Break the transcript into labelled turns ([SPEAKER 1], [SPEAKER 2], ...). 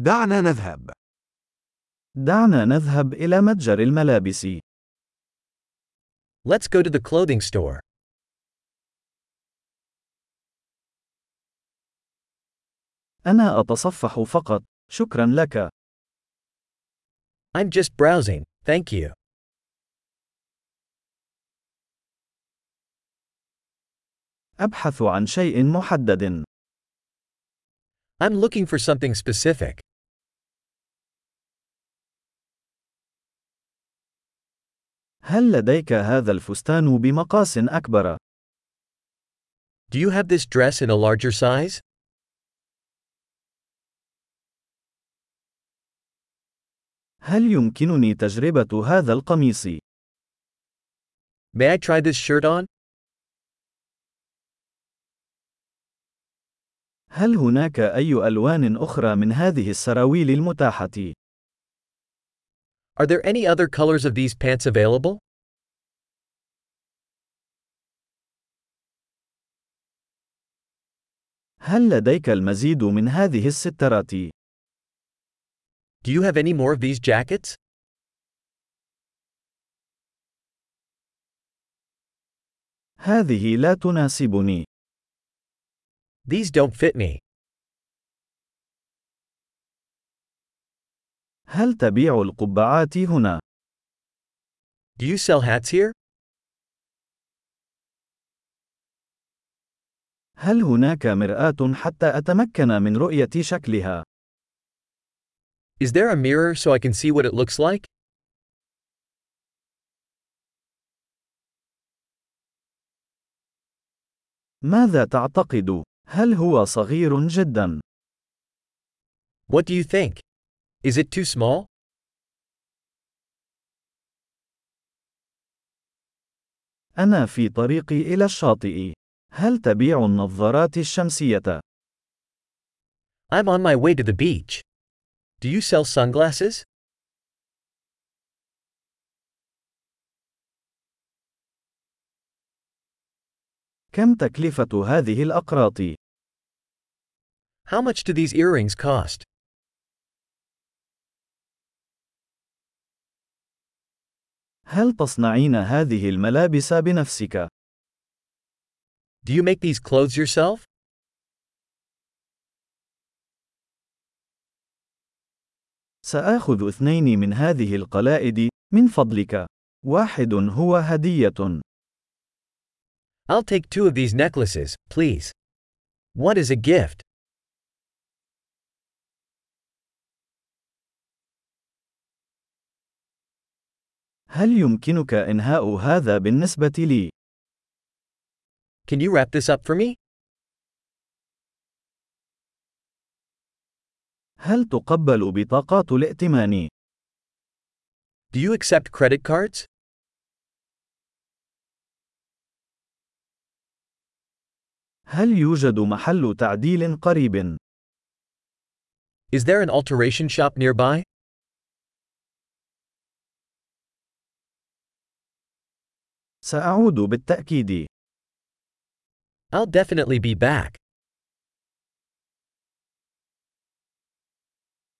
[SPEAKER 1] دعنا نذهب.
[SPEAKER 2] دعنا نذهب إلى متجر الملابس.
[SPEAKER 3] Let's go to the clothing store.
[SPEAKER 2] أنا أتصفح فقط. شكرا لك.
[SPEAKER 3] I'm just browsing, thank you.
[SPEAKER 2] أبحث عن شيء محدد.
[SPEAKER 3] I'm looking for something specific.
[SPEAKER 2] هل لديك هذا الفستان بمقاس أكبر؟
[SPEAKER 3] Do you have this dress in a larger size?
[SPEAKER 2] هل يمكنني تجربة هذا القميص؟
[SPEAKER 3] May I try this shirt on?
[SPEAKER 2] هل هناك أي ألوان أخرى من هذه السراويل المتاحة؟
[SPEAKER 3] Are there any other colors of these pants available?
[SPEAKER 2] هل لديك المزيد من هذه السترات؟
[SPEAKER 3] Do you have any more of these jackets?
[SPEAKER 2] هذه لا تناسبني.
[SPEAKER 3] These don't fit me.
[SPEAKER 2] هل تبيع القبعات هنا؟
[SPEAKER 3] Do you sell hats here?
[SPEAKER 2] هل هناك مرآة حتى أتمكن من رؤية شكلها؟
[SPEAKER 3] Is there a mirror so I can see what it looks like?
[SPEAKER 2] ماذا تعتقد؟ هل هو صغير جدا؟
[SPEAKER 3] What do you think? Is it too small?
[SPEAKER 2] أنا في طريقي إلى الشاطئ. هل تبيع النظارات الشمسية؟
[SPEAKER 3] I'm on my way to the beach. Do you sell sunglasses?
[SPEAKER 2] كم تكلفة هذه الأقراط؟
[SPEAKER 3] How much do these earrings cost?
[SPEAKER 2] هل تصنعين هذه الملابس بنفسك؟
[SPEAKER 3] Do you make these clothes yourself?
[SPEAKER 2] سآخذ اثنين من هذه القلائد، من فضلك. واحد هو هدية.
[SPEAKER 3] I'll take two of these necklaces, please. One is a gift.
[SPEAKER 2] هل يمكنك إنهاء هذا بالنسبة لي؟
[SPEAKER 3] Can you wrap this up for me?
[SPEAKER 2] هل تقبل بطاقات الائتمان؟
[SPEAKER 3] Do you accept credit cards?
[SPEAKER 2] هل يوجد محل تعديل قريب؟
[SPEAKER 3] Is there an alteration shop nearby?
[SPEAKER 2] سأعود بالتأكيد.
[SPEAKER 3] I'll definitely be back.